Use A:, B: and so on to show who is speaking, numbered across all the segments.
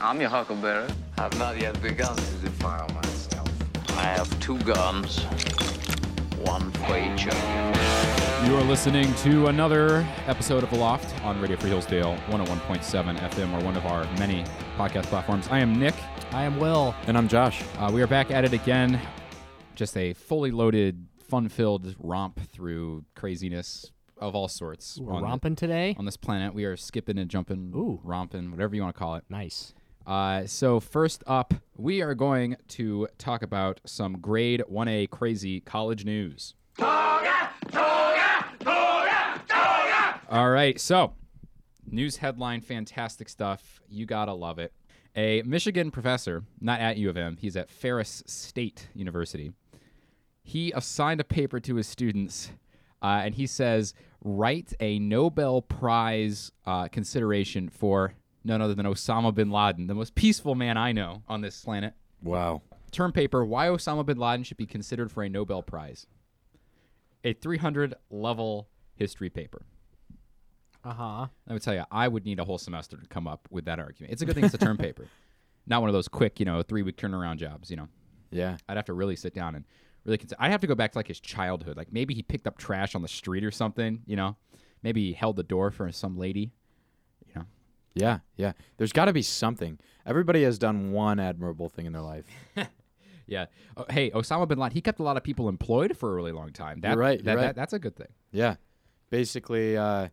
A: I'm your huckleberry. I've not yet begun to defile myself. I have two guns, one for each of you.
B: You are listening to another episode of Aloft on Radio Free Hillsdale 101.7 FM or one of our many podcast platforms. I am Nick.
C: I am Will.
D: And I'm Josh.
B: Uh, we are back at it again. Just a fully loaded, fun filled romp through craziness of all sorts
C: We're
B: on, th-
C: romping today.
B: on this planet. We are skipping and jumping,
C: Ooh.
B: romping, whatever you want to call it.
C: Nice.
B: Uh, so first up, we are going to talk about some grade 1A crazy college news. All right, so news headline, fantastic stuff. You gotta love it. A Michigan professor, not at U of M, he's at Ferris State University. He assigned a paper to his students, uh, and he says, "Write a Nobel Prize uh, consideration for none other than Osama bin Laden, the most peaceful man I know on this planet."
D: Wow.
B: term paper why Osama bin Laden should be considered for a Nobel Prize. A 300 level history paper.
C: Uh huh.
B: Let me tell you, I would need a whole semester to come up with that argument. It's a good thing it's a term paper, not one of those quick, you know, three week turnaround jobs. You know,
D: Yeah.
B: I'd have to really sit down and really consider. I'd have to go back to like his childhood. Like maybe he picked up trash on the street or something. You know, maybe he held the door for some lady. You know,
D: Yeah. Yeah. There's got to be something. Everybody has done one admirable thing in their life.
B: yeah. Oh, hey, Osama bin Laden, he kept a lot of people employed for a really long time. That,
D: You're right,
B: That,
D: you're right.
B: that- that's a good thing.
D: Yeah. Basically, uh,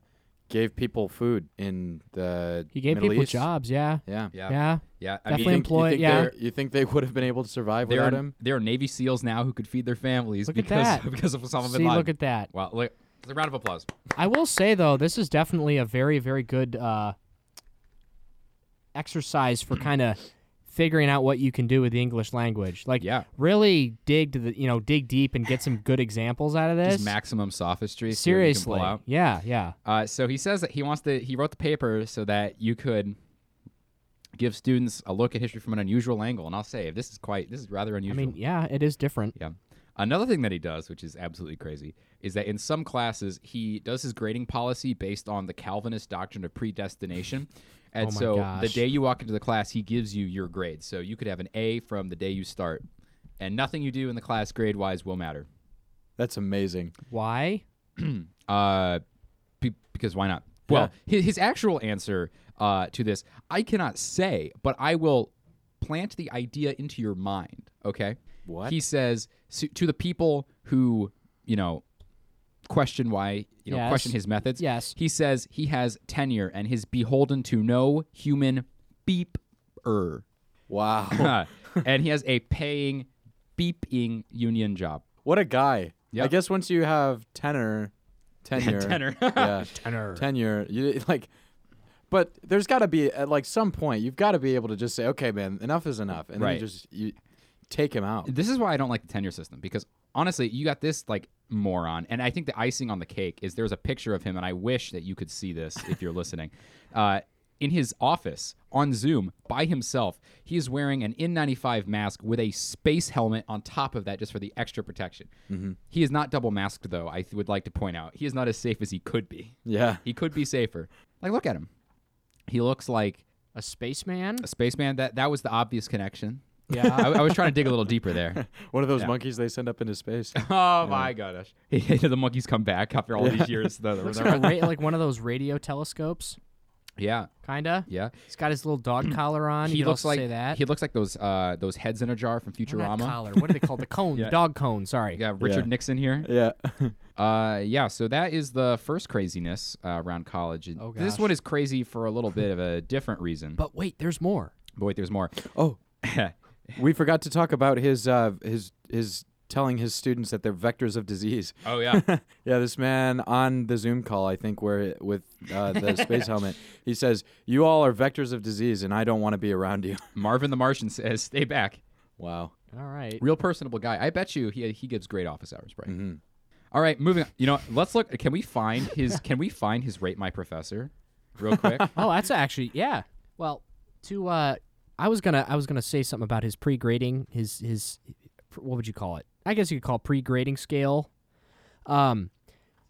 D: gave people food in the
C: He gave
D: Middle
C: people
D: East.
C: jobs. Yeah.
D: Yeah.
B: Yeah.
C: Yeah.
B: Yeah. I
D: You
C: Definitely
D: think,
C: employ-
D: you think
C: yeah.
D: they're- You think they would have been able to survive
B: There
D: without
B: are,
D: him?
B: there are Navy SEAls now who could feed their families
C: Look at
B: because
C: that.
B: because of Osama
C: See,
B: bin Laden.
C: look at that.
B: wow, look, it's a round of applause.
C: I will say though, this is definitely a very, very good uh, exercise for kind of figuring out what you can do with the English language. Like,
B: Yeah.
C: really dig to the, you know, dig deep and get some good examples out of this.
B: Just maximum sophistry. see what you can pull
C: Seriously.
B: out.
C: Yeah. Yeah.
B: Uh, so he says that he wants to. He wrote the paper so that you could give students a look at history from an unusual angle. And I'll say this is quite. This is rather
C: I
B: unusual.
C: mean, yeah, it is different.
B: Yeah. Another thing that he does, which is absolutely crazy, is that in some classes he does his grading policy based on the Calvinist doctrine of predestination. And
C: Oh my
B: so the
C: gosh.
B: day you walk into the class, he gives you your grade. So you could have an A from the day you start, and nothing you do in the class grade wise will matter.
D: That's amazing.
C: Why?
B: Uh, be- because why not? Well, his, his actual answer uh, to this, I cannot say, but I will plant the idea into your mind. Okay.
D: What?
B: he says so, to the people who you know question why you know
C: Yes.
B: question his methods.
C: Yes.
B: He says he has tenure and is beholden to no human beep er,
D: Wow.
B: and he has a paying beeping union job.
D: what a guy.
B: Yeah.
D: I guess once you have tenor, tenure,
B: Tenor.
D: yeah,
C: Tenor.
D: tenure. You like, but there's got to be at like some point you've got to be able to just say, okay, man, enough is enough, and
B: Right.
D: then you just you take him out.
B: This is why I don't like the tenure system because honestly, you got this like moron, and I think the icing on the cake is there's a picture of him, and I wish that you could see this if you're listening. Uh, in his office on Zoom by himself, he is wearing an N95 mask with a space helmet on top of that just for the extra protection. He is not double masked though. I th- would like to point out he is not as safe as he could be.
D: Yeah.
B: He could be safer. Like look at him. He looks like
C: A spaceman?
B: a spaceman. That that was the obvious connection.
C: Yeah.
B: I, I was trying to dig a little deeper there.
D: One of those monkeys they send up into space.
B: Oh my gosh! the monkeys come back after all these years. though.
C: Looks like, a ra- like one of those radio telescopes,
B: yeah,
C: kinda.
B: yeah.
C: He's got his little dog collar on.
B: He
C: You could
B: looks like
C: also say that.
B: he looks like those uh, those heads in a jar from
C: Or not
B: Futurama.
C: collar. What do they call the cone?
B: Yeah.
C: The dog cone. Sorry.
B: You got Richard
D: Yeah.
B: Nixon here.
D: yeah.
B: Uh, yeah. So that is the first craziness uh, around college. And
C: Oh,
B: This
C: gosh.
B: one is crazy for a little bit of a different reason. But,
C: But wait, there's more.
B: wait, there's more.
D: oh,
B: yeah,
D: we forgot to talk about his uh his his telling his students that they're vectors of disease.
B: Oh, yeah.
D: yeah, this man on the Zoom call, I think, where with uh, the space helmet, he says, "You all are vectors of disease, and I don't want to be around you."
B: Marvin the Martian says, "Stay back."
D: Wow.
C: All right.
B: Real personable guy. I bet you he he gives great office hours, right? All right, moving. on. You know, let's look. Can we find his? Can we find his rate my professor, real quick?
C: Oh, that's actually yeah. Well, to uh, I was gonna I was gonna say something about his pre-grading. His his what would you call it? I guess you could call it pre-grading scale. Um,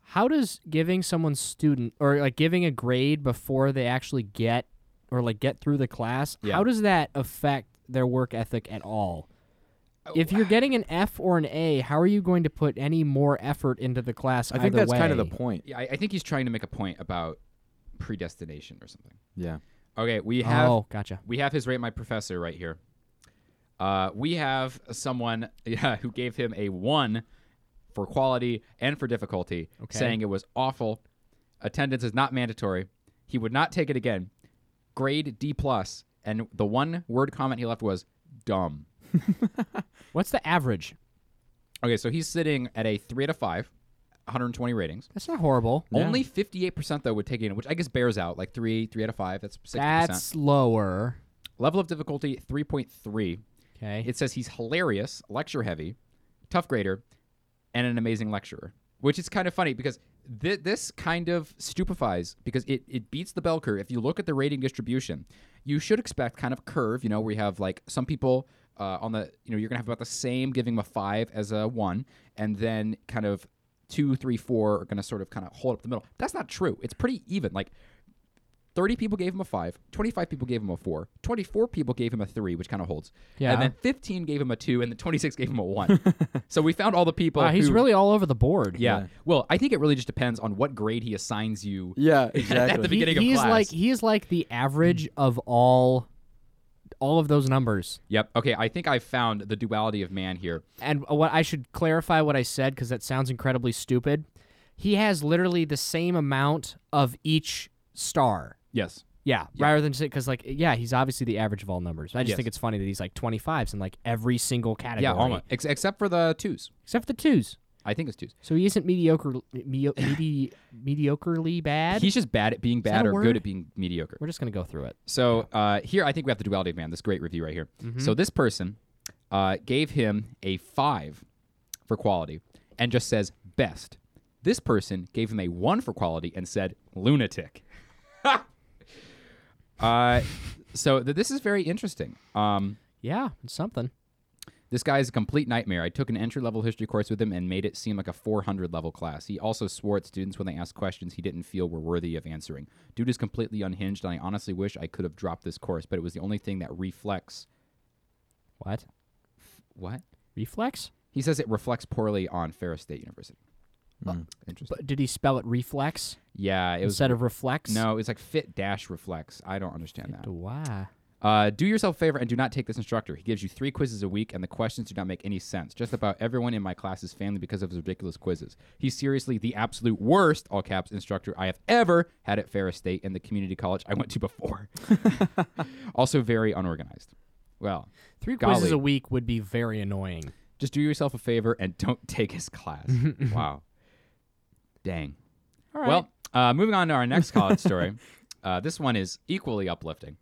C: how does giving someone's student or like giving a grade before they actually get or like get through the class,
B: Yeah.
C: how does that affect their work ethic at all? If you're getting an F or an A, how are you going to put any more effort into the class?
D: I think
C: either
D: that's kind of the
C: way?
D: point.
B: Yeah, I, I think he's trying to make a point about predestination or something.
D: Yeah.
B: Okay, we have
C: oh, gotcha.
B: we have his rate my professor right here. Uh, we have someone yeah, who gave him a one for quality and for difficulty,
C: Okay.
B: saying it was awful. Attendance is not mandatory. He would not take it again. Grade D plus, and the one word comment he left was dumb.
C: What's the average?
B: Okay, so he's sitting at a three out of five, 120 ratings.
C: That's not horrible.
B: Only 58% though would take it in, which I guess bears out like three, three out of five. That's 60%.
C: That's lower.
B: Level of difficulty 3.3.
C: Okay.
B: It says he's hilarious, lecture heavy, tough grader, and an amazing lecturer, which is kind of funny because th- this kind of stupefies because it, it beats the bell curve. If you look at the rating distribution, you should expect kind of a curve, you know, where you have like some people uh, on the, you know, you're going to have about the same giving them a five as a one, and then kind of two, three, four are going to sort of kind of hold up the middle. That's not true. It's pretty even. Like 30 people gave him a 5, 25 people gave him a 4, 24 people gave him a 3, which kind of holds.
C: Yeah.
B: And then 15 gave him a 2, and then 26 gave him a 1. so we found all the people.
C: Wow, he's
B: who-
C: really all over the board.
B: Yeah. Well, I think it really just depends on what grade he assigns you.
D: Yeah,
B: At the
D: exactly.
B: beginning of
C: he's
B: class. Mm.
C: like he is like the average of all all of those numbers.
B: Yep. Okay. I think I found the duality of man here.
C: And uh, what I should clarify what I said because that sounds incredibly stupid. He has literally the same amount of each star.
B: Yes.
C: Yeah, rather than because like yeah, he's obviously the average of all numbers. I just
B: Yes.
C: think it's funny that he's like twenty fives in like every single category.
B: Yeah. Almost. Ex- except for the twos.
C: except for the twos.
B: I think it's twos.
C: So he isn't mediocre, medi- medi- mediocrely bad.
B: He's just bad at being
C: that
B: bad
C: a
B: or
C: word?
B: good at being mediocre.
C: We're just gonna go through it.
B: So uh, here, I think we have the duality of man. This great review right here. So this person uh, gave him a five for quality and just says best. This person gave him a one for quality and said lunatic. uh, so th- this is very interesting. Um,
C: Yeah, it's something.
B: this guy is a complete nightmare. I took an entry level history course with him and made it seem like a 400 level class. He also swore at students when they asked questions he didn't feel were worthy of answering. Dude is completely unhinged, and I honestly wish I could have dropped this course, but it was the only thing that reflects.
C: What
B: What?
C: reflex?
B: He says it reflects poorly on Ferris State University. Interesting.
C: But did he spell it reflex
B: yeah, it was.
C: Hmm. instead of reflex?
B: No, it's like fit dash reflects. I don't understand that.
C: Why?
B: Uh, do yourself a favor and do not take this instructor. He gives you three quizzes a week, and the questions do not make any sense. Just about everyone in my class is family because of his ridiculous quizzes. He's seriously the absolute worst, all caps, instructor I have ever had at Ferris State and the community college I went to before. also, very unorganized. Well,
C: Three
B: Golly.
C: quizzes a week would be very annoying.
B: just do yourself a favor and don't take his class. wow. Dang.
C: All right.
B: Well, uh, moving on to our next college story. Uh, this one is equally uplifting.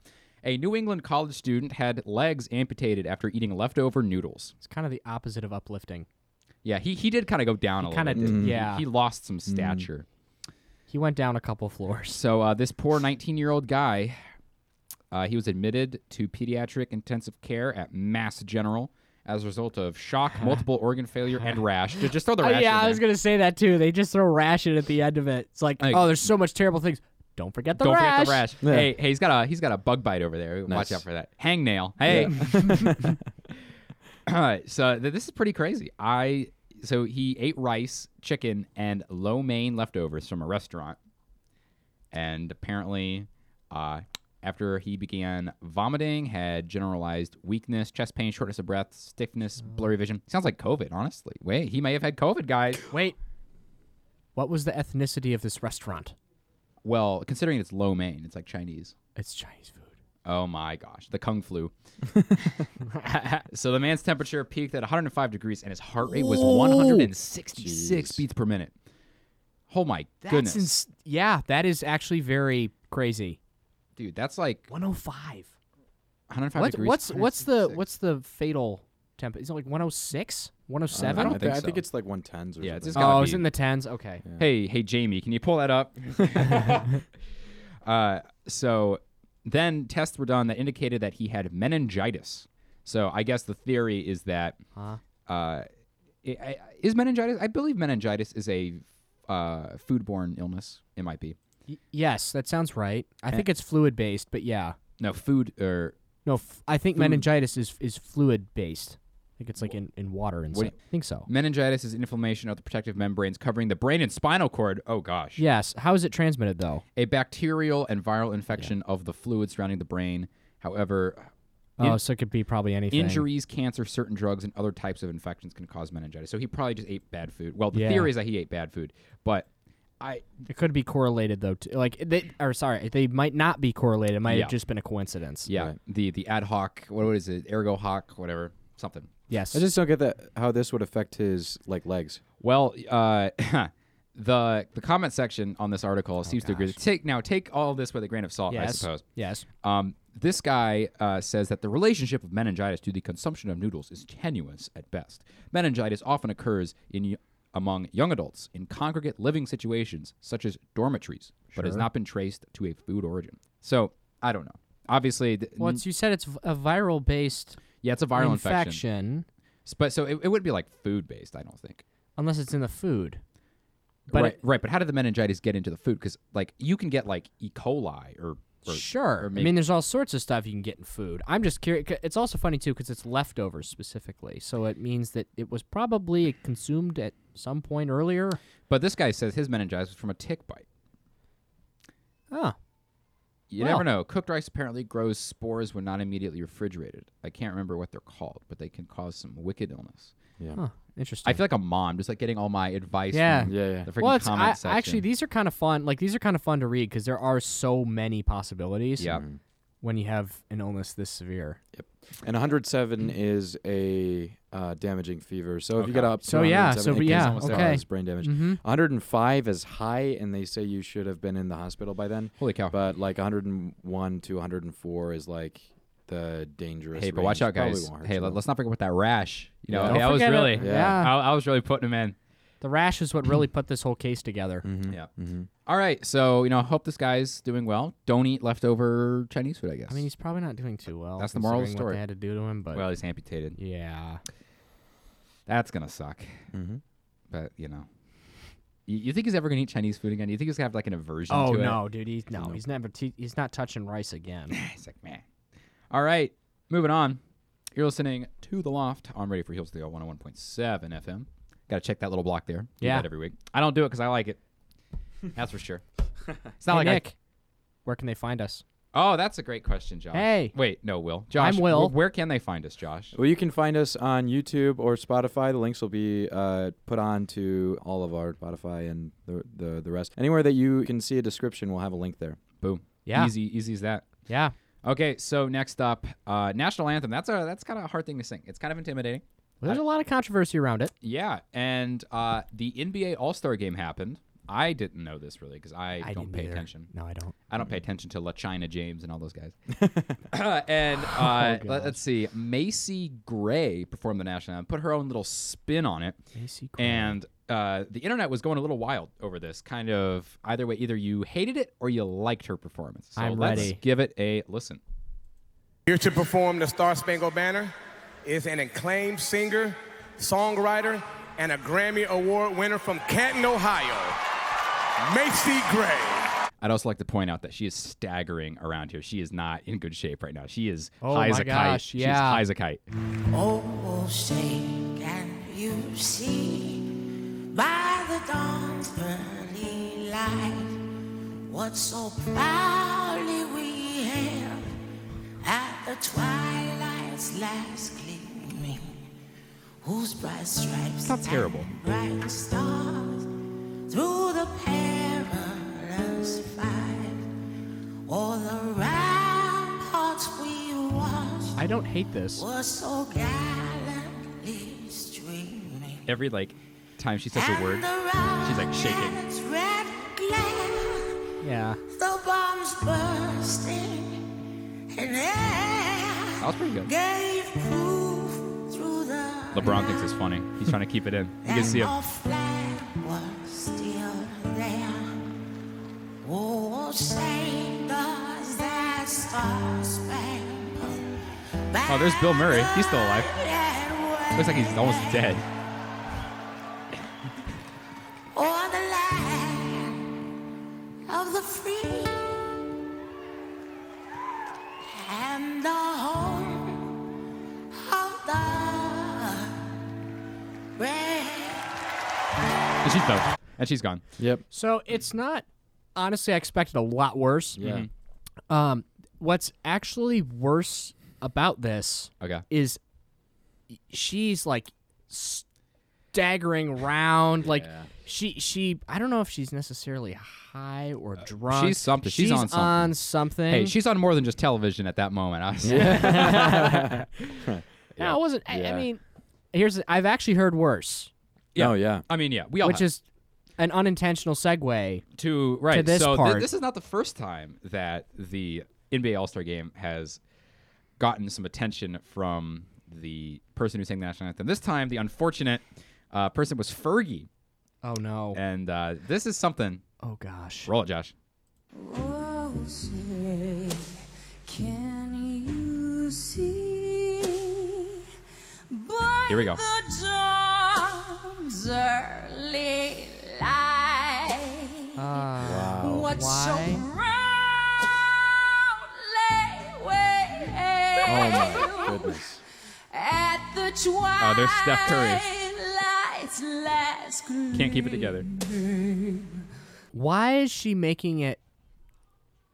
B: A New England college student had legs amputated after eating leftover noodles.
C: it's kind of the opposite of uplifting.
B: Yeah, he, he did kind of go down a little
C: Kind of,
B: bit. didn't he?
C: yeah. Mm-hmm.
B: He
C: He,
B: lost some stature.
C: went down a couple floors.
B: So uh, this poor 19-year-old guy, uh, he was admitted to pediatric intensive care at Mass General as a result of shock, multiple organ failure, and rash. Just, just throw the rash in
C: Oh, yeah, I
B: there.
C: was gonna say that too. They just throw rash in at the end of it. It's like,
B: Like-
C: oh, there's so much terrible things. Don't forget the
B: Don't forget
C: rash.
B: the rash.
D: Yeah.
B: Hey, hey, he's got a he's got a bug bite over there. Watch
D: Nice.
B: out for that hangnail. Hey. All right, so th- this is pretty crazy. I so he ate rice, chicken, and lo mein leftovers from a restaurant, and apparently, uh, after he began vomiting, had generalized weakness, chest pain, shortness of breath, stiffness, blurry vision. Sounds like COVID, honestly. Wait, he may have had COVID, guys.
C: Wait, what was the ethnicity of this restaurant?
B: Well, considering it's lo mein, it's like Chinese.
C: It's Chinese food.
B: Oh my gosh, the kung flu. so the man's temperature peaked at 105 degrees and his heart rate was 166 beats per minute. Oh my goodness.
C: ins- yeah, that is actually very crazy.
B: Dude, that's like
C: 105.
B: 105
C: What,
B: degrees.
C: what's what's the
B: 166.
C: what's the fatal temp? Is it like 106? 107?
B: Uh, I don't think
D: I
B: so.
D: think it's like 110s or
B: Yeah, it's
D: something.
B: just gotta
C: oh, it's
B: be.
C: in the tens. Okay.
B: Hey, hey Jamie, can you pull that up? uh, so then tests were done that indicated that he had meningitis. So I guess the theory is that
C: Huh?
B: uh, i I- is meningitis. I believe meningitis is a uh, foodborne illness. It might be.
C: Y- yes, that sounds right.
B: Eh.
C: I think it's fluid based, but yeah.
B: No, food er, or
C: No, f- I think meningitis is is fluid based. I think it's like in, in water and
B: What do
C: stuff. I think so.
B: meningitis is inflammation of the protective membranes covering the brain and spinal cord. Oh gosh.
C: Yes. How is it transmitted though?
B: A bacterial and viral infection of the fluid surrounding the brain. However,
C: oh, so it could be probably anything.
B: injuries, cancer, certain drugs, and other types of infections can cause meningitis. So he probably just ate bad food. Well, the
C: Yeah.
B: theory is that he ate bad food, but I
C: It could be correlated though. To, like they or sorry, they might not be correlated. It might
B: Yeah.
C: have just been a coincidence.
B: yeah, the the ad hoc, what is it, ergo hoc, whatever, something.
C: Yes.
D: I just don't get that how this would affect his like legs.
B: Well, uh, the the comment section on this article seems to agree. Take now take all this with a grain of salt, I
C: Oh, yes.
B: suppose.
C: Yes.
B: Um, this guy uh, says that the relationship of meningitis to the consumption of noodles is tenuous at best. Meningitis often occurs in y- among young adults in congregate living situations such as dormitories, but has not been traced to a food origin. So I don't know. Obviously, th-
C: Well, it's, you said it's v- a viral based
B: yeah, it's a viral
C: infection,
B: infection, but so it, it would be like food based. I don't think.
C: unless it's in the food. But
B: right,
C: it-
B: right. But how did the meningitis get into the food? Because like you can get like E. coli or, or
C: sure.
B: or
C: I
B: maybe-
C: mean, there's all sorts of stuff you can get in food. I'm just curious. It's also funny too because it's leftovers specifically, so it means that it was probably consumed at some point earlier.
B: But this guy says his meningitis was from a tick bite.
C: Ah,
B: You
C: Well.
B: never know. Cooked rice apparently grows spores when not immediately refrigerated. I can't remember what they're called, but they can cause some wicked illness.
C: huh, interesting.
B: I feel like a mom, just like getting all my advice.
C: Yeah.
B: from
D: Yeah, yeah.
B: The freaking
C: well, it's,
B: comment
C: I,
B: section.
C: actually these are kind of fun. Like these are kind of fun to read because there are so many possibilities.
B: yeah.
D: Mm-hmm.
C: When you have an illness this severe.
D: And 107 is a uh, damaging fever. So if you get up, to
C: So, yeah,
D: 107,
C: so,
D: it
C: but
D: can
C: yeah,
D: almost
C: okay.
D: cause brain damage.
B: Mm-hmm.
D: 105 is high, and they say you should have been in the hospital by then.
B: Holy cow.
D: But like 101 to 104 is like the dangerous.
B: Hey, but watch
D: range.
B: out,
D: Probably
B: guys.
D: won't hurt
B: Hey,
D: you,
B: let,
D: though.
B: us not forget about that rash. You know,
D: Yeah.
B: hey,
D: Don't
B: I was
C: forget it.
B: really,
C: Yeah.
B: I, I was really putting him in.
C: The rash is what really put this whole case together.
D: Mm-hmm.
B: Yeah. All right. So you know, hope this guy's doing well. Don't eat leftover Chinese food. I guess.
C: I mean, he's probably not doing too well.
B: That's the moral of the
C: considering What
B: story.
C: they had to do to him, but
B: well, he's amputated.
C: yeah,
B: That's gonna suck.
C: Mm-hmm.
D: Mhm.
B: But you know, you, you think he's ever gonna eat Chinese food again? You think he's gonna have like an aversion?
C: Oh
B: to it?
C: no, dude. He's no. He's never. Te- he's not touching rice again.
B: It's like, man. All right, moving on. You're listening to The Loft on Radio Free Hills Deal 101.7 FM. Got to check that little block there. Do
C: Yeah.
B: that every week. I don't do it because I like it. That's for sure. It's not
C: hey,
B: like I-
C: Nick, where can they find us?
B: Oh, that's a great question, Josh.
C: Hey.
B: Wait, no, Will. Josh.
C: Will.
B: wh- Where can they find us, Josh?
D: Well, you can find us on YouTube or Spotify. The links will be uh, put on to all of our Spotify and the, the the rest. Anywhere that you can see a description, we'll have a link there.
B: Boom.
C: Yeah.
B: Easy, easy as that.
C: Yeah,
B: Okay, so next up, uh, national anthem. That's a that's kind of a hard thing to sing. It's kind of intimidating.
C: well, there's a lot of controversy around it.
B: Yeah, and uh, the NBA All Star Game happened. I didn't know this really because I,
C: I
B: don't
C: didn't
B: pay
C: either.
B: attention.
C: No, I don't.
B: I don't pay attention to LaChina James and all those guys. and uh,
C: Oh,
B: let, us see, Macy Gray performed the national anthem, put her own little spin on it,
C: Macy Gray.
B: and uh, the internet was going a little wild over this. Kind of either way, either you hated it or you liked her performance. So
C: I'm
B: let's
C: ready.
B: give it a listen.
E: Here to perform the Star Spangled Banner is an acclaimed singer, songwriter, and a Grammy Award winner from Canton, Ohio, Macy Gray.
B: I'd also like to point out that she is staggering around here. She is not in good shape right now. She is
C: Oh
B: high as
C: my
B: a kite.
C: gosh,
B: She's
C: yeah.
B: high as a kite.
F: Oh, say, can you see by the dawn's early light what so proudly we hailed at the twilight's last gleaming, whose bright stripes
B: not terrible.
F: and bright stars through the perilous fight, all the ramparts we watched
C: I don't hate this.
F: was so gallantly streaming.
B: Every like time she says a word, she's like shaking.
F: rocket's Red glare,
C: Yeah,
F: the bombs bursting in
B: That
F: air
B: was pretty good.
F: gave proof through the
B: LeBron thinks it's funny. He's trying to keep it in. You can
F: And
B: see him.
F: our flag was still there. Oh, say does that star-spangled
B: Oh, there's Bill Murray. He's still alive.
F: banner
B: Looks like he's almost
F: wave?
B: dead.
F: or the land of the
B: And she's both. And she's gone.
D: Yep.
C: So it's not. Honestly, I expected a lot worse.
D: Yeah.
C: Um, what's actually worse about this
B: Okay.
C: is she's like staggering round, like she she. I don't know if she's necessarily high or drunk.
B: Uh, she's something. She's on something.
C: on something.
B: Hey, she's on more than just television at that moment. I was,
C: No, I wasn't. I,
D: Yeah.
C: I mean, here's. I've actually heard worse,
B: Yeah.
D: Oh yeah.
B: I mean, yeah, we all
C: which
B: have
C: is an unintentional segue.
B: to right.
C: this
B: so thi-
C: part.
B: this is not the first time that the NBA All Star Game has gotten some attention from the person who sang the national anthem. This time, the unfortunate uh, person was Fergie,
C: Oh no.
B: and uh, this is something.
C: Oh gosh.
B: Roll it, Josh.
F: Oh, say, can you see by
B: Here we go.
F: the dawn's early light
C: Ah.
F: what so
C: Why?
F: proudly
D: Oh
F: waves
D: my goodness.
F: at the twilight
B: Oh, there's Steph Curry.
F: last gleam?
B: Can't keep it together.
C: Why is she making it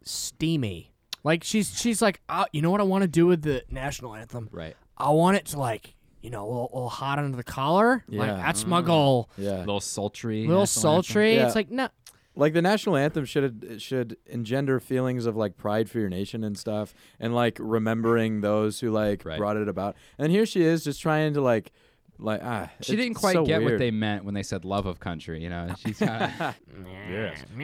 C: steamy? Like she's she's like, oh, you know what I want to do with the national anthem?
B: Right.
C: I want it to like, you know, a little, little hot under the collar. Like
D: Yeah.
C: that's
B: Mm.
C: my goal.
D: Yeah.
B: A little sultry.
C: Little
B: national anthem.
C: sultry.
D: Yeah.
C: It's like no.
D: Like the national anthem should should engender feelings of like pride for your nation and stuff, and like remembering those who like
B: Right.
D: brought it about. And here she is, just trying to like, like ah.
B: She didn't quite get what they meant when they said love of country, you know. She's kinda-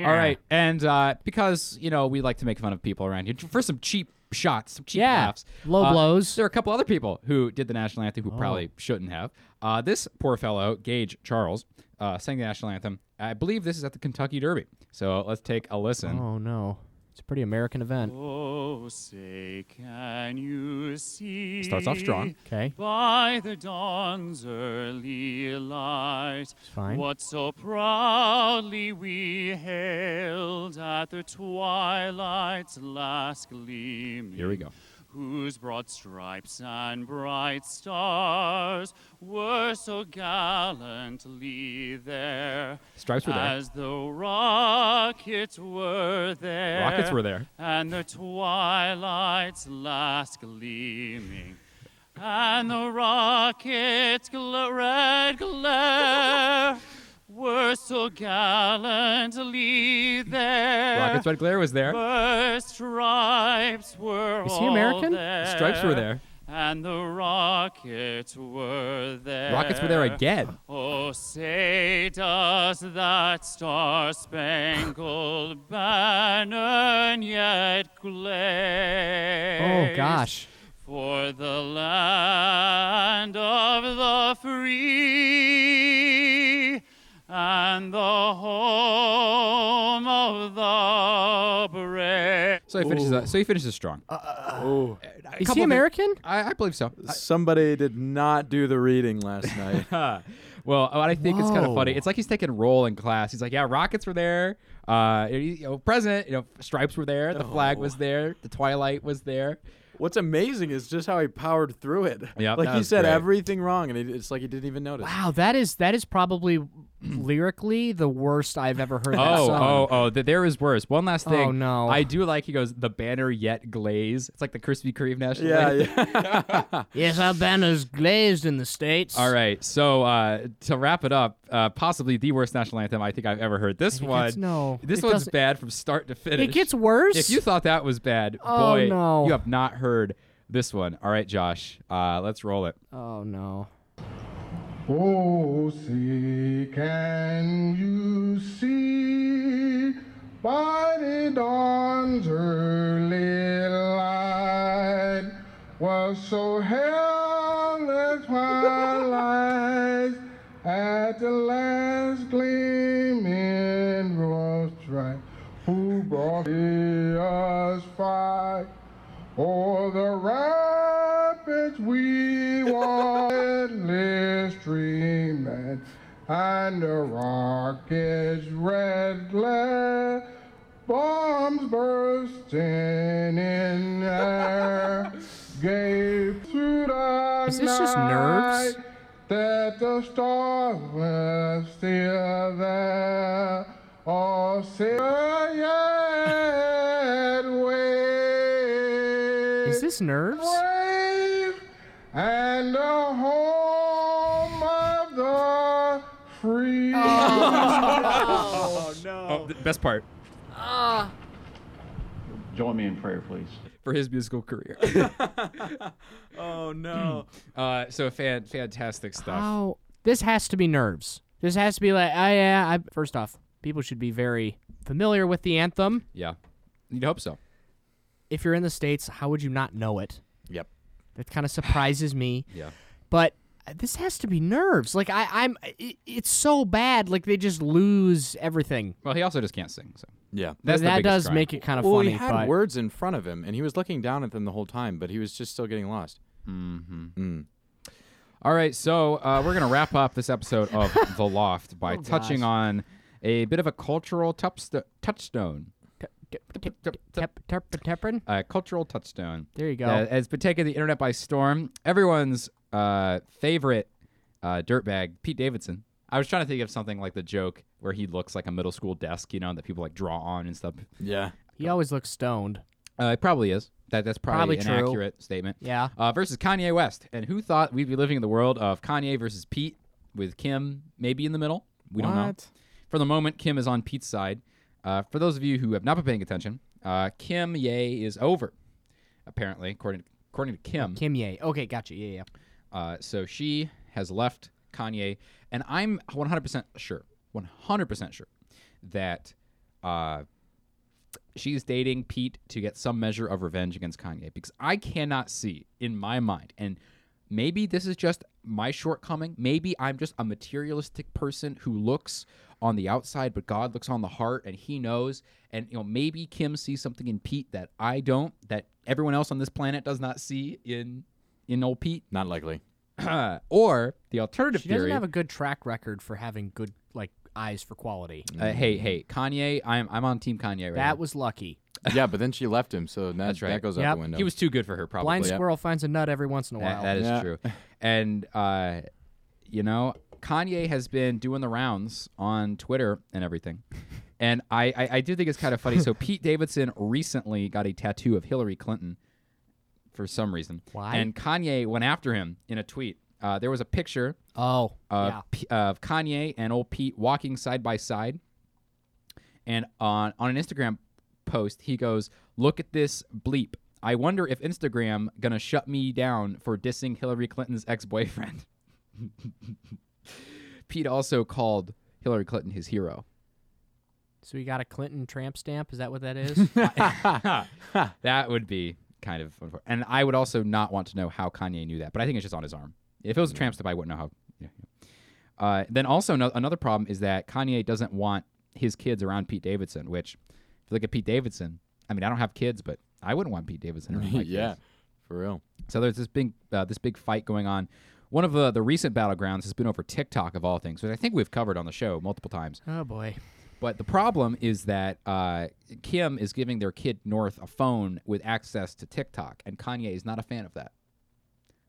B: All right. And uh, because, you know, we like to make fun of people around here for some cheap shots, some cheap
C: Yeah.
B: laughs.
C: Low
B: uh,
C: blows. Oh.
B: There are a couple other people who did the national anthem who probably shouldn't have. Uh, this poor fellow, Gage Charles, uh, sang the national anthem. I believe this is at the Kentucky Derby. So let's take a listen.
C: Oh no. It's a pretty American event.
G: Oh, say, can you see?
B: Starts off strong.
C: Okay.
G: By the dawn's early light,
C: fine.
G: what so proudly we hailed at the twilight's last gleaming.
B: Here we go.
G: Whose broad stripes and bright stars were so gallantly there.
B: Stripes were there.
G: As the rockets were there.
B: Rockets were there.
G: And the twilight's last gleaming. And the rocket's gl- red glare were so gallantly there.
B: Rockets Red Glare was there.
G: Were stripes were
C: Is he
G: all
C: American?
G: There,
B: Stripes were there.
G: And the rockets were there.
B: Rockets were there again.
G: Oh, say does that star-spangled banner yet
C: Oh
G: glaze?
C: gosh.
G: For the land of the free and the home of the brave.
B: So he finishes. Uh, so he finishes strong. A
C: Is
B: couple
C: he
B: of-
C: American?
B: I, I believe so.
D: Somebody did not do the reading last night.
B: Well, what I think it's kind of funny.
C: Whoa.
B: It's like he's taking role in class. He's like, yeah, rockets were there. Uh, you know, president, you know, stripes were there. The flag
C: Oh.
B: was there. The twilight was there.
D: What's amazing is just how he powered through it.
B: Yep,
D: like
B: that
D: he
B: was
D: said
B: great.
D: everything wrong, and it, it's like he didn't even notice.
C: Wow, that is that is probably lyrically the worst I've ever heard. that
B: Oh,
C: song.
B: oh, oh! th- there is worse. One last thing.
C: Oh, no.
B: I do like. He goes the banner yet glaze. It's like the Krispy Kreme national.
D: Yeah,
B: anthem.
D: yeah.
C: Yes, our banner's glazed in the states.
B: All right. So uh, to wrap it up, uh, possibly the worst national anthem I think I've ever heard. This
C: It
B: one.
C: gets- no,
B: This
C: it
B: one's
C: doesn't-
B: bad from start to finish.
C: It gets worse.
B: If you thought that was bad,
C: Oh,
B: boy,
C: no.
B: you have not heard this one. All right, Josh, uh, let's roll it.
C: oh no.
H: Oh, see, can you see by the dawn's early light was so helpless twilight at the last gleaming rose bright who brought us fight O'er the rapids we wildly streaming, and the rocket's red glare, bombs bursting in air, gave to the
C: Is this just
H: night
C: nerves?
H: that the storm was still there. Oh, say yet wait.
C: Is this nerves?
H: brave and the home of the free.
B: Oh, the best part
C: Ah.
I: Join me in prayer, please.
B: for his musical career.
D: Oh no.
B: uh, so fan, fantastic stuff.
C: Oh, this has to be nerves. This has to be like, I, yeah. I, first off, people should be very familiar with the anthem.
B: Yeah, you'd hope so.
C: If you're in the states, how would you not know it?
D: Yep.
C: That kind of surprises me.
B: Yeah.
C: But uh, this has to be nerves. Like I, I'm. It, it's so bad. Like they just lose everything.
B: Well, he also just can't sing. So
D: Yeah.
B: that's the
C: that
B: biggest
C: does
B: crime.
C: make it kind of
D: well,
C: funny.
D: he had
C: but
D: words in front of him, and he was looking down at them the whole time, but he was just still getting lost.
B: All right, so uh, we're gonna wrap up this episode of The Loft
C: Oh,
B: by touching on a bit of a cultural tupsto- touchstone.
C: Tep- tep- teprin?
B: A cultural touchstone.
C: There you go.
B: that has been taking the internet by storm. Everyone's uh, favorite uh, dirtbag, Pete Davidson. I was trying to think of something like the joke where he looks like a middle school desk, you know, that people like draw on and stuff.
D: Yeah.
C: He always looks stoned.
B: Uh, it probably is. That that's probably,
C: Probably
B: an
C: true.
B: accurate statement.
C: Yeah.
B: Uh, versus Kanye West, and who thought we'd be living in the world of Kanye versus Pete with Kim maybe in the middle? We don't know.
D: What?
B: For the moment, Kim is on Pete's side. Uh, for those of you who have not been paying attention, uh, Kim Ye is over, apparently, according according to Kim.
C: Kim Ye. Okay, gotcha. Yeah, yeah.
B: Uh, so she has left Kanye, and I'm 100% sure, 100% sure that uh, she's dating Pete to get some measure of revenge against Kanye because I cannot see in my mind, and maybe this is just my shortcoming. Maybe I'm just a materialistic person who looks on the outside, but God looks on the heart, and He knows. And you know, maybe Kim sees something in Pete that I don't, that everyone else on this planet does not see in in old Pete.
D: Not likely.
B: or the alternative
C: She doesn't
B: theory.
C: have a good track record for having good like eyes for quality.
B: uh, hey, hey, Kanye, I'm I'm on Team Kanye right now.
C: That was lucky.
D: yeah, but then she left him, so that,
B: That's right.
D: that goes out
C: Yep.
D: the window.
B: he was too good for her, probably.
C: Blind squirrel finds a nut every once in a
B: That-
C: while.
B: that is
D: Yeah.
B: true. And uh, you know, Kanye has been doing the rounds on Twitter and everything. And I, I, I do think it's kind of funny. So Pete Davidson recently got a tattoo of Hillary Clinton for some reason.
C: Why?
B: And Kanye went after him in a tweet. Uh, there was a picture
C: oh,
B: of,
C: yeah.
B: P- of Kanye and old Pete walking side by side. And on, on an Instagram post, he goes, Look at this bleep. I wonder if Instagram gonna shut me down for dissing Hillary Clinton's ex boyfriend. Pete also called Hillary Clinton his hero.
C: So we got a Clinton tramp stamp. Is that what that is?
B: that would be kind of unfor- and I would also not want to know how Kanye knew that, but I think it's just on his arm. If it was a tramp stamp, I wouldn't know how. Yeah, yeah. Uh, then also no, another problem is that Kanye doesn't want his kids around Pete Davidson. Which, if you look at Pete Davidson, I mean, I don't have kids, but I wouldn't want Pete Davidson around my
D: yeah,
B: kids.
D: for real.
B: So there's this big uh, this big fight going on. One of uh, the the recent battlegrounds has been over TikTok of all things, which I think we've covered on the show multiple times.
C: oh boy.
B: But the problem is that uh, Kim is giving their kid North a phone with access to TikTok, and Kanye is not a fan of that.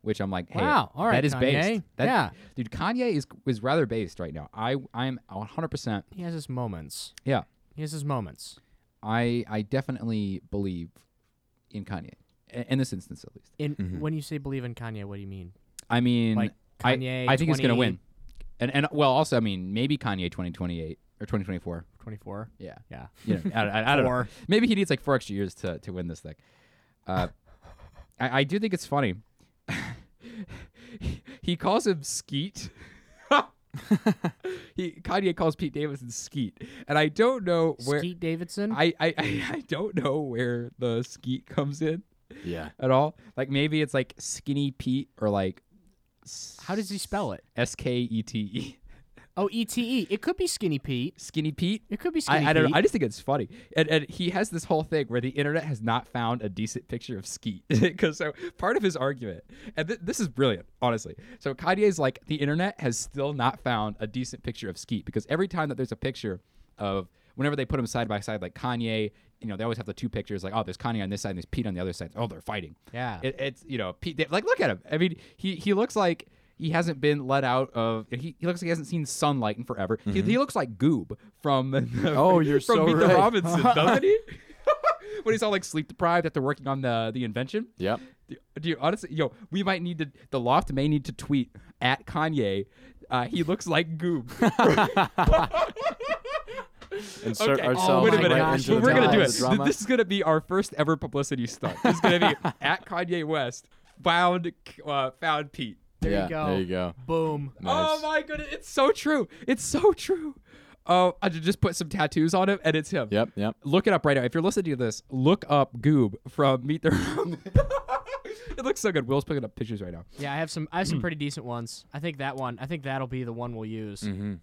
B: Which I'm like, hey,
C: Wow, all right,
B: that is based.
C: Kanye.
B: That-
C: Yeah.
B: dude, Kanye is is rather based right now. I I'm 100. percent
C: He has his moments.
B: Yeah,
C: He has his moments.
B: I I definitely believe in Kanye A- in this instance at least.
C: In when you say believe in Kanye, what do you mean?
B: I mean,
C: Like
B: I-
C: Kanye
B: I, think he's gonna
C: 20
B: win, and and well, also I mean maybe Kanye 2028 or 2024.
C: Twenty four.
B: Yeah.
C: Yeah.
B: you know, I, I, I don't know.
C: Four.
B: Maybe he needs like four extra years to, to win this thing. Uh, I, I do think it's funny. he calls him Skeet. he Kanye calls Pete Davidson Skeet, and I don't know where
C: Skeet Davidson.
B: I, I I I don't know where the Skeet comes in
D: Yeah.
B: at all. Like maybe it's like Skinny Pete or like
C: How does he spell it?
B: S K E T E
C: Oh, E T E. It could be Skinny Pete.
B: Skinny Pete.
C: It could be Skinny
B: I, I don't know.
C: Pete.
B: I just think it's funny, and, and he has this whole thing where the internet has not found a decent picture of Skeet because so part of his argument, and th- this is brilliant, honestly. So Kanye's like the internet has still not found a decent picture of Skeet because every time that there's a picture of whenever they put them side by side, like Kanye, you know, they always have the two pictures, like oh, there's Kanye on this side and there's Pete on the other side. Oh, they're fighting.
C: Yeah.
B: It, it's you know Pete, they, like look at him. I mean, he he looks like He hasn't been let out of. He, he looks like he hasn't seen sunlight in forever. He, he looks like Goob from.
D: Oh, you're
B: from
D: so
B: Meet the
D: right.
B: Robinson, doesn't he? when he's all like sleep deprived after working on the the invention.
D: Yep.
B: Do do you honestly, yo, we might need to. The loft may need to tweet at Kanye. Uh, he looks like Goob.
D: Insert
B: Okay.
D: ourselves
B: Oh, wait a
C: my
B: minute.
D: right
C: gosh,
D: into the
B: We're gonna do
D: drama.
B: it.
D: The drama.
B: This is gonna be our first ever publicity stunt. It's gonna be at Kanye West found uh, found Pete.
C: There
D: yeah,
C: you go.
D: There you go.
C: Boom.
B: Oh
D: Nice.
B: my goodness, it's so true. It's so true. Oh, I ju- just put some tattoos on him, and it's him.
D: Yep, yep.
B: Look it up right now. If you're listening to this, look up Goob from Meet the. it looks so good. Will's picking up pictures right now.
C: Yeah, I have some. I have some pretty decent ones. I think that one. I think that'll be the one we'll use.
B: and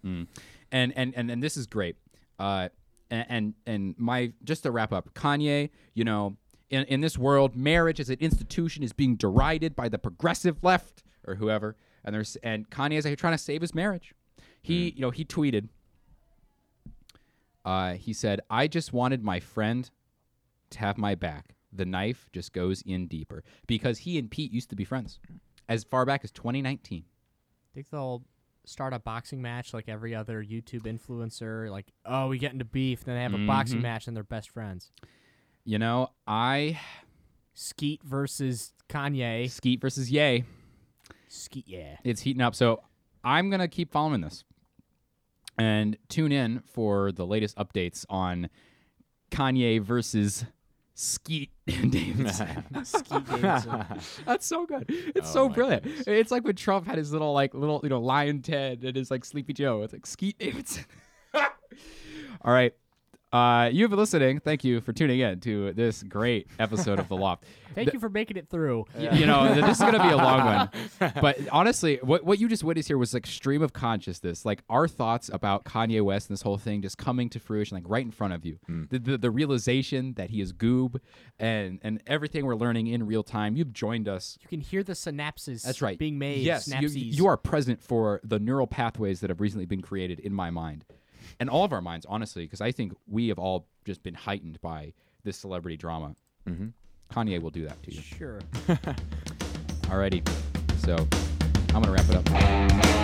B: and and, and this is great. Uh, and, and and my just to wrap up, Kanye, you know, in, in this world, marriage as an institution is being derided by the progressive left or whoever, and there's and Kanye is like trying to save his marriage. He you know he tweeted. Uh, he said, "I just wanted my friend to have my back. The knife just goes in deeper because he and Pete used to be friends, as far back as 2019."
C: I think they'll start a boxing match like every other YouTube influencer. Like, oh, we get into beef, then they have a boxing
B: Mm-hmm.
C: match, and they're best friends.
B: You know, I
C: Skeet versus Kanye.
B: Skeet versus Yay.
C: Skeet, yeah.
B: it's heating up. So I'm gonna keep following this and tune in for the latest updates on Kanye versus Skeet Davis.
C: Skeet Davidson.
B: That's so good. It's so brilliant. It's like when Trump had his little like little you know Lion Ted and his like Sleepy Joe. It's like Skeet Davidson. All right. Uh, you've been listening. Thank you for tuning in to this great episode of The Loft.
C: Thank you for making it through.
B: you know th- this is gonna be a long one but honestly what, what you just witnessed here was like stream of consciousness like our thoughts about kanye west and this whole thing just coming to fruition like right in front of you the, the, the realization that he is goob and and everything we're learning in real time you've joined us
C: You can hear the synapses.
B: that's right
C: Being made.
B: yes you,
C: Synapses.
B: you are present for the neural pathways that have recently been created in my mind and all of our minds honestly because i think we have all just been heightened by this celebrity drama kanye will do that to you
C: sure.
B: Alrighty. So I'm going to wrap it up.